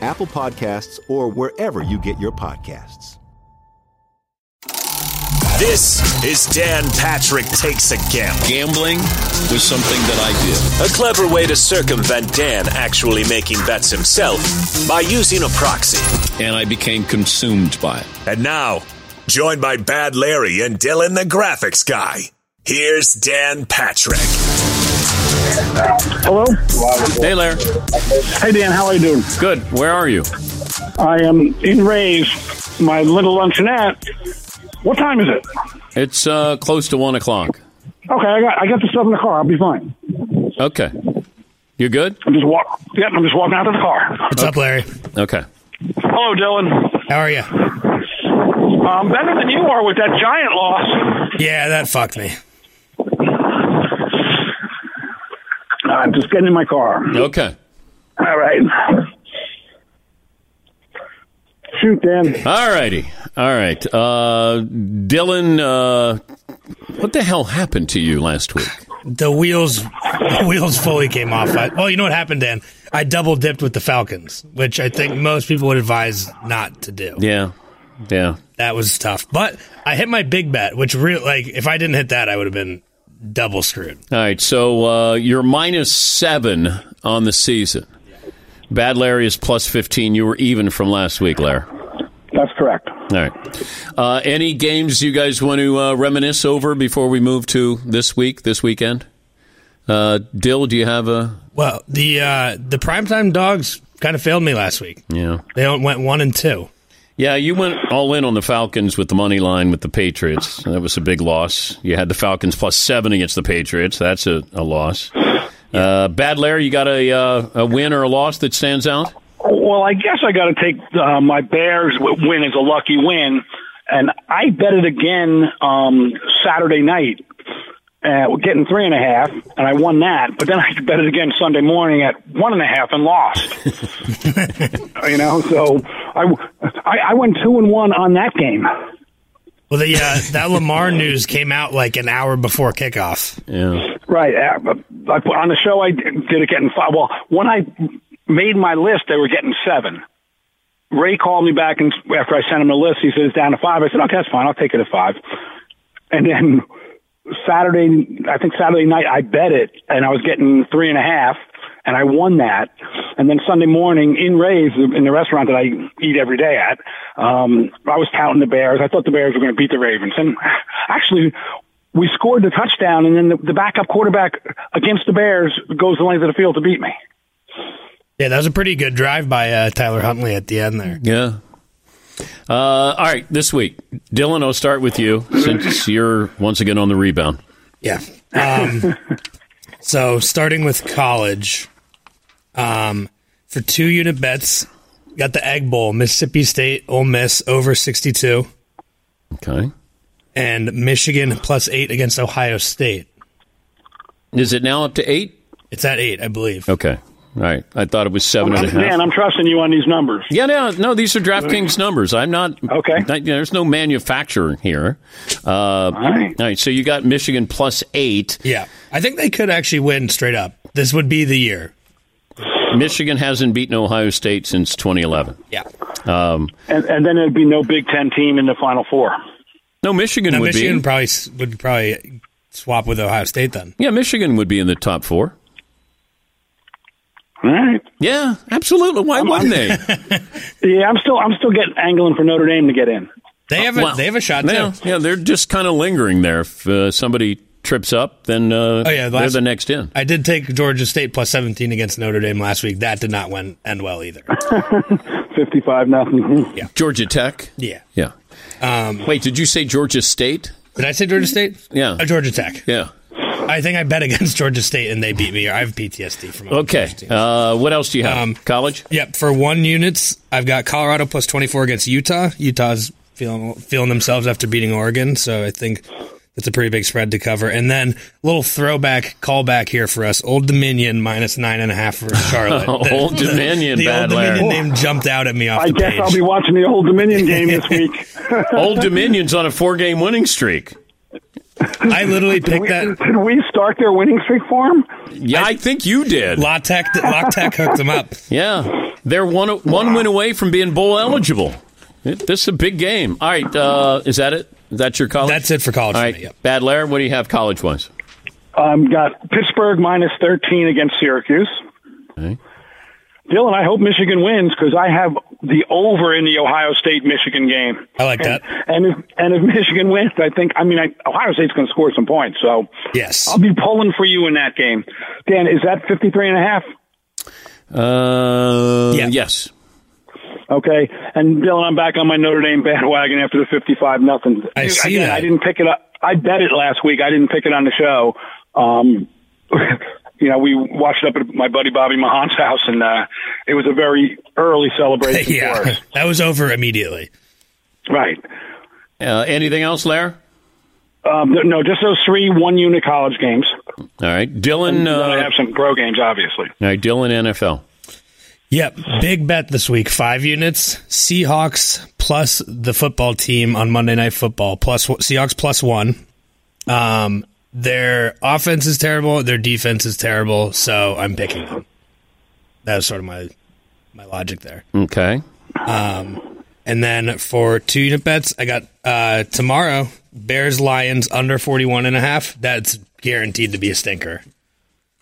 Apple Podcasts, or wherever you get your podcasts. This is Dan Patrick Takes a Gamble. Gambling was something that I did. A clever way to circumvent Dan actually making bets himself by using a proxy. And I became consumed by it. And now, joined by Bad Larry and Dylan the graphics guy, here's Dan Patrick. Hello. Hey, Lair. Hey Dan, how are you doing? Good. Where are you? I am in Rays, my little luncheonette. What time is it? It's uh, close to one o'clock. Okay, I got I got the stuff in the car. I'll be fine. Okay. You good? I'm just walk. Yep, I'm just walking out of the car. What's up, Larry? Okay. Hello, Dylan. How are you? Um, better than you are with that giant loss. Yeah, that fucked me. I'm just getting in my car. Okay. All right. Shoot, Dan. All righty. All right. Uh, Dylan, uh, what the hell happened to you last week? The wheels, the wheels fully came off. I, well, you know what happened, Dan? I double dipped with the Falcons, which I think most people would advise not to do. Yeah. Yeah. That was tough, but I hit my big bet, which real like if I didn't hit that, I would have been double screwed. All right. So uh, you're minus seven on the season. Bad Larry is plus 15. You were even from last week, Larry. That's correct. All right. Uh, any games you guys want to uh, reminisce over before we move to this week, this weekend? Uh, Dill, do you have a. Well, the uh, the primetime dogs kind of failed me last week. Yeah. They went one and two. Yeah, you went all in on the Falcons with the money line with the Patriots. That was a big loss. You had the Falcons plus seven against the Patriots. That's a, a loss. Uh, Bad Larry, you got a, uh, a win or a loss that stands out? Well, I guess I got to take uh, my Bears w- win as a lucky win, and I bet it again um, Saturday night, uh, we're getting three and a half, and I won that. But then I bet it again Sunday morning at one and a half and lost. you know, so I, w- I I went two and one on that game. Well, the uh, that Lamar news came out like an hour before kickoff. Yeah. Right. Uh, but I put on the show, I did did it getting five. Well, when I made my list, they were getting seven. Ray called me back and after I sent him the list, he said it's down to five. I said, okay, that's fine. I'll take it at five. And then Saturday, I think Saturday night, I bet it, and I was getting three and a half, and I won that. And then Sunday morning in Ray's, in the restaurant that I eat every day at, um, I was counting the Bears. I thought the Bears were going to beat the Ravens, and actually, we scored the touchdown, and then the, the backup quarterback against the Bears goes the length of the field to beat me. Yeah, that was a pretty good drive by uh, Tyler Huntley at the end there. Yeah. Uh, all right, this week, Dylan, I'll start with you since you're once again on the rebound. Yeah. Um, so starting with college, um, for two unit bets, got the Egg Bowl, Mississippi State, Ole Miss over sixty two, Okay. and Michigan plus eight against Ohio State. Is it now up to eight? It's at eight, I believe. Okay. All right. I thought it was seven and a half. Dan, I'm trusting you on these numbers. Yeah, no, no. These are DraftKings numbers. I'm not Okay. not- you know, there's no manufacturer here. Uh, all, right. So you got Michigan plus eight. Yeah, I think they could actually win straight up. This would be the year. Michigan hasn't beaten Ohio State since 2011. Yeah, And, and then it'd be no Big Ten team in the Final Four. No, Michigan now, would Michigan be. probably s- would probably swap with Ohio State then. yeah, Michigan would be in the top four. All right. Yeah, absolutely. Why wouldn't they? Yeah, I'm still I'm still getting angling for Notre Dame to get in. They have a, Well, they have a shot yeah, too. Yeah, they're just kind of lingering there. If uh, somebody trips up, then uh, Oh, yeah, they're last- the next in. I did take Georgia State plus seventeen against Notre Dame last week. That did not win, end well either. Fifty-five nothing. Georgia Tech. Yeah. Yeah. Um, Wait, did you say Georgia State? Did I say Georgia State? Yeah. Uh, Georgia Tech. Yeah. I think I bet against Georgia State and they beat me. I have PTSD from all Okay. those teams. Uh, what else do you have? Um, College. Yep, for one units, I've got Colorado plus 24 against Utah. Utah's feeling feeling themselves after beating Oregon, so I think that's a pretty big spread to cover. And then a little throwback callback here for us: Old Dominion minus nine and a half for Charlotte. Old Dominion, the bad Old Larry. Dominion name jumped out at me off I the guess page. I'll be watching the Old Dominion game this week. Old Dominion's on a four-game winning streak. I literally Did picked we, that. did we start their winning streak for them? Yeah, I, think you did. Lock-tech, Lock-tech hooked them up. Yeah, they're one one win away from being bowl eligible. It, this is a big game. All right, uh, is that it? Is that your college? That's it for college All for right, me, yep. Bad Larry, what do you have college-wise? Um, got Pittsburgh minus 13 against Syracuse. Okay. Dylan, I hope Michigan wins because I have the over in the Ohio State Michigan game. I like And, that. and if and if Michigan wins, I think I mean I, Ohio State's going to score some points. So Yes. I'll be pulling for you in that game. Dan, is that 53 and a half? Uh, Yeah. Yes. Okay. And Dylan, I'm back on my Notre Dame bandwagon after the 55 nothing. I Dude, see again, that. I didn't pick it up. I bet it last week. I didn't pick it on the show. Um, you know, we watched up at my buddy Bobby Mahan's house, and uh, it was a very early celebration for yeah, us. that was over immediately. Right. Uh, anything else, Larry? Um, th- no, just those three one-unit college games. All right, Dylan. then Um, I Uh, have some pro games, obviously. all right, Dylan. NFL. Yep, big bet this week. Five units. Seahawks plus the football team on Monday Night Football. Plus Seahawks plus one. Um, their offense is terrible. Their defense is terrible. So I'm picking them. That was sort of my my logic there. Okay. And then for two unit bets, I got uh, tomorrow Bears Lions under 41 and a half. That's guaranteed to be a stinker.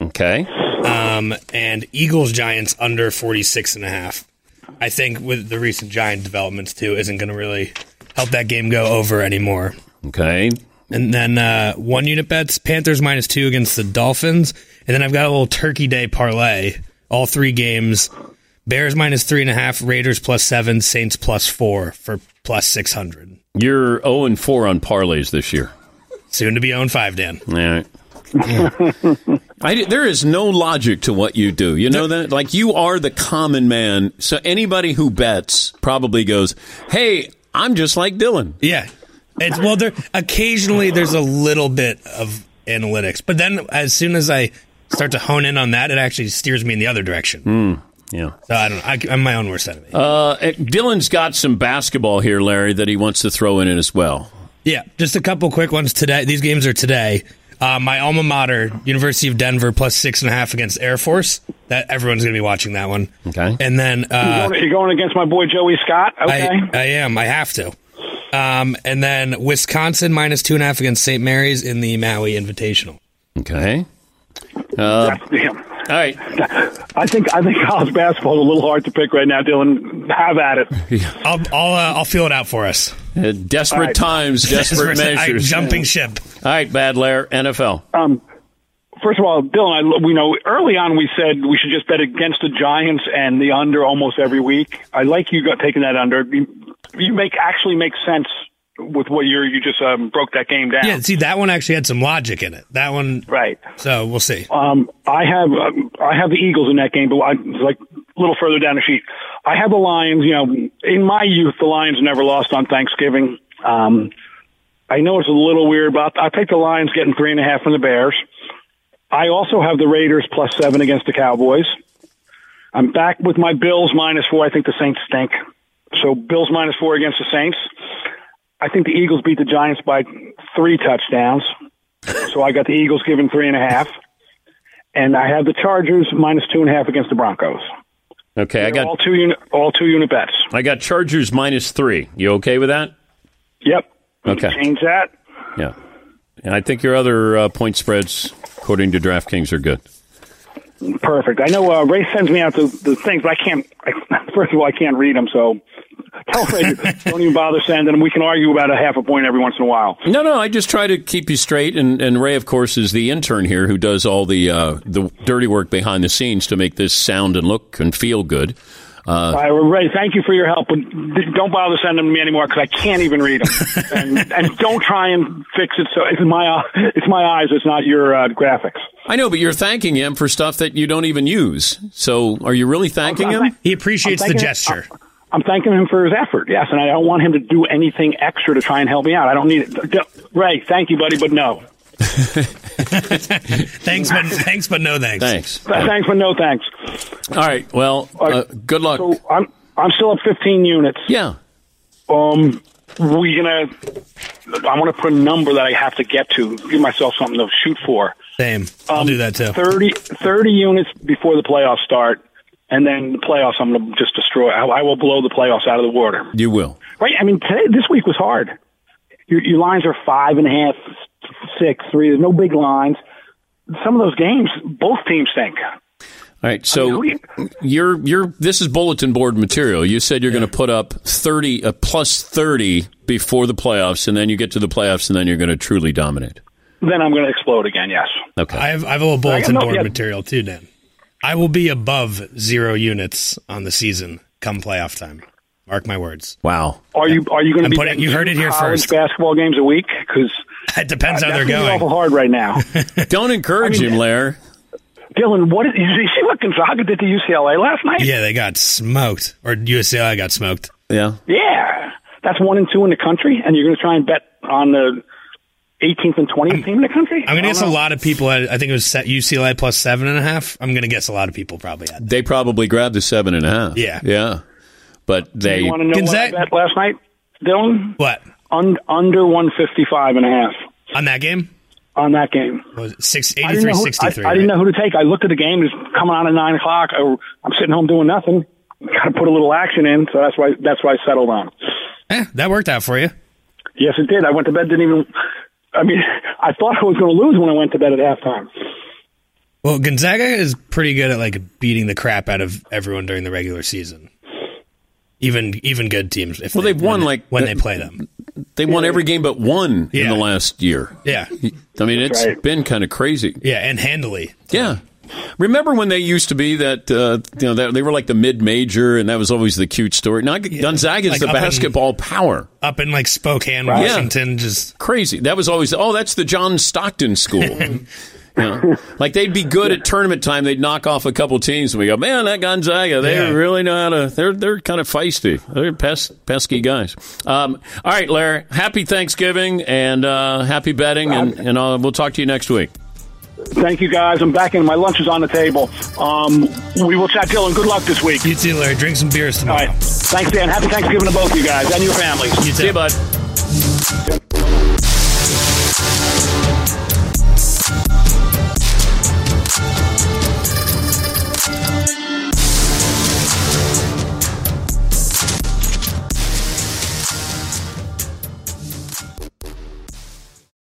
Okay. Um, and Eagles Giants under 46 and a half. I think with the recent Giant developments too isn't going to really help that game go over anymore. Okay. And then uh, one unit bets Panthers minus two against the Dolphins. And then I've got a little Turkey Day parlay. All three games: Bears minus three and a half, Raiders plus seven, Saints plus four for plus six hundred. You're zero and four on parlays this year. Soon to be owned five, Dan. All right. I di- there is no logic to what you do. You know that? Like, you are the common man. So, anybody who bets probably goes, Hey, I'm just like Dylan. Yeah. It's well there occasionally there's a little bit of analytics. But then as soon as I start to hone in on that, it actually steers me in the other direction. Hmm. Yeah. So I don't I, am my own worst enemy. Uh, Dylan's got some basketball here, Larry, that he wants to throw in it as well. yeah, just a couple quick ones today. These games are today. Uh, my alma mater, University of Denver, plus six and a half against Air Force. That everyone's going to be watching that one. Okay. And then uh, You're going against my boy Joey Scott. Okay. I, I am. I have to. Um, and then Wisconsin minus two and a half against St. Mary's in the Maui Invitational. Okay. Damn. All right. I think I think college basketball is a little hard to pick right now, Dylan. Have at it. I'll I'll, uh, I'll feel it out for us. Uh, desperate All right. times, desperate Desperate- I- measures. jumping ship. All right, Bad Larry, NFL. Um, first of all, Dylan, I, we know early on we said we should just bet against the Giants and the under almost every week. I like you got taking that under. You, you make actually make sense with what you're you just um, broke that game down. Yeah, see that one actually had some logic in it. That one, Right. so we'll see. Um, I have um, I have the Eagles in that game, but I like a little further down the sheet. I have the Lions. You know, in my youth, the Lions never lost on Thanksgiving. Um, I know it's a little weird, but I take the Lions getting three and a half from the Bears. I also have the Raiders plus seven against the Cowboys. I'm back with my Bills minus four. I think the Saints stink. So Bills minus four against the Saints. I think the Eagles beat the Giants by three touchdowns. So I got the Eagles given three and a half. And I have the Chargers minus two and a half against the Broncos. Okay, I all got two unit, all two unit bets. I got Chargers minus three. You okay with that? Yep. Okay. Change that. Yeah, and I think your other uh, point spreads, according to DraftKings, are good. Perfect. I know uh, Ray sends me out the, the things, but I can't. I, first of all, I can't read them, so tell Ray don't even bother sending them. We can argue about a half a point every once in a while. No, no, I just try to keep you straight. And, and Ray, of course, is the intern here who does all the uh, the dirty work behind the scenes to make this sound and look and feel good. All right, well, Ray, thank you for your help, but don't bother sending them to me anymore because I can't even read them. and, and don't try and fix it. So it's my uh, it's my eyes. It's not your uh, graphics. I know, but you're thanking him for stuff that you don't even use. So, are you really thanking him? He appreciates I'm the thinking- gesture. I'm thanking him for his effort. Yes, and I don't want him to do anything extra to try and help me out. I don't need it. D- Ray, thank you, buddy, but no. Thanks, but thanks, but no thanks. Thanks. Th- Thanks, but no thanks. All right. Well, uh, good luck. So I'm I'm still up 15 units. Yeah. Um, we gonna. I want to put a number that I have to get to. Give myself something to shoot for. Same. I'll do that too. 30, 30 units before the playoffs start, and then the playoffs. I'm gonna just destroy. I, I will blow the playoffs out of the water. You will. Right? I mean, today this week was hard. Your, your lines are five and a half, six, three. There's no big lines. Some of those games, both teams think. All right. So who do you- you're you're this is bulletin board material. You said you're going to put up 30 uh, plus 30 before the playoffs and then you get to the playoffs and then you're going to truly dominate. Then I'm going to explode again. Yes. Okay. I have I have a little bulletin no, board yeah. material too, Dan. I will be above zero units on the season come playoff time. Mark my words. wow. Are you are you going to I'm be putting- you heard it here college first. basketball games a week because It depends how that's they're gonna be going. awful hard right now. Don't encourage him, Lair. Dylan, what did you see what Gonzaga did to UCLA last night? Yeah, they got smoked, or UCLA got smoked. Yeah. Yeah. That's one and two in the country, and you're going to try and bet on the 18th and 20th team in the country? I'm gonna I don't guess a know. lot of people. I I think it was set UCLA plus seven and a half. I'm gonna guess a lot of people probably had. They probably grabbed the seven and a half. Yeah. Yeah. But they You want to know Gonzaga- what I bet last night, Dylan? What Un- under 155 and a half on that game? on that game. Was it six I eighty didn't, three know who, I, sixty three? I didn't know who to take. I looked at the game. It's coming on at 9 o'clock. I, I'm sitting home doing nothing. Got to put a little action in, so that's why that's why I settled on. Eh, that worked out for you. Yes, it did. I went to bed, didn't even. I mean, I thought I was going to lose when I went to bed at halftime. Well, Gonzaga is pretty good at like beating the crap out of everyone during the regular season. Even even good teams. If Well, they, they've won, when they- like, when the- they play them. they won every game but one in Yeah. the last year. Yeah, I mean, it's right. been kind of crazy. yeah, and handily. Yeah. Remember when they used to be that uh, you know that they were like the mid major and that was always the cute story. Now Gonzaga is Like the up in- basketball power. Up in like Spokane, Yeah. Washington, just Crazy. That was always oh that's the John Stockton school. You know, like they'd be good at tournament time. They'd knock off a couple teams and we go man that Gonzaga they Yeah. really know how to they're they're kind of feisty. They're pes- pesky guys. Um, all right, Larry. Happy Thanksgiving and uh, happy betting and and uh, we'll talk to you next week. Thank you, guys. I'm back in. My lunch is on the table. Um, we will chat, Dylan. Good luck this week. you too, Larry. Drink some beers All tomorrow. right. Thanks, Dan. Happy Thanksgiving to both you guys and your families. You too. See you, bud.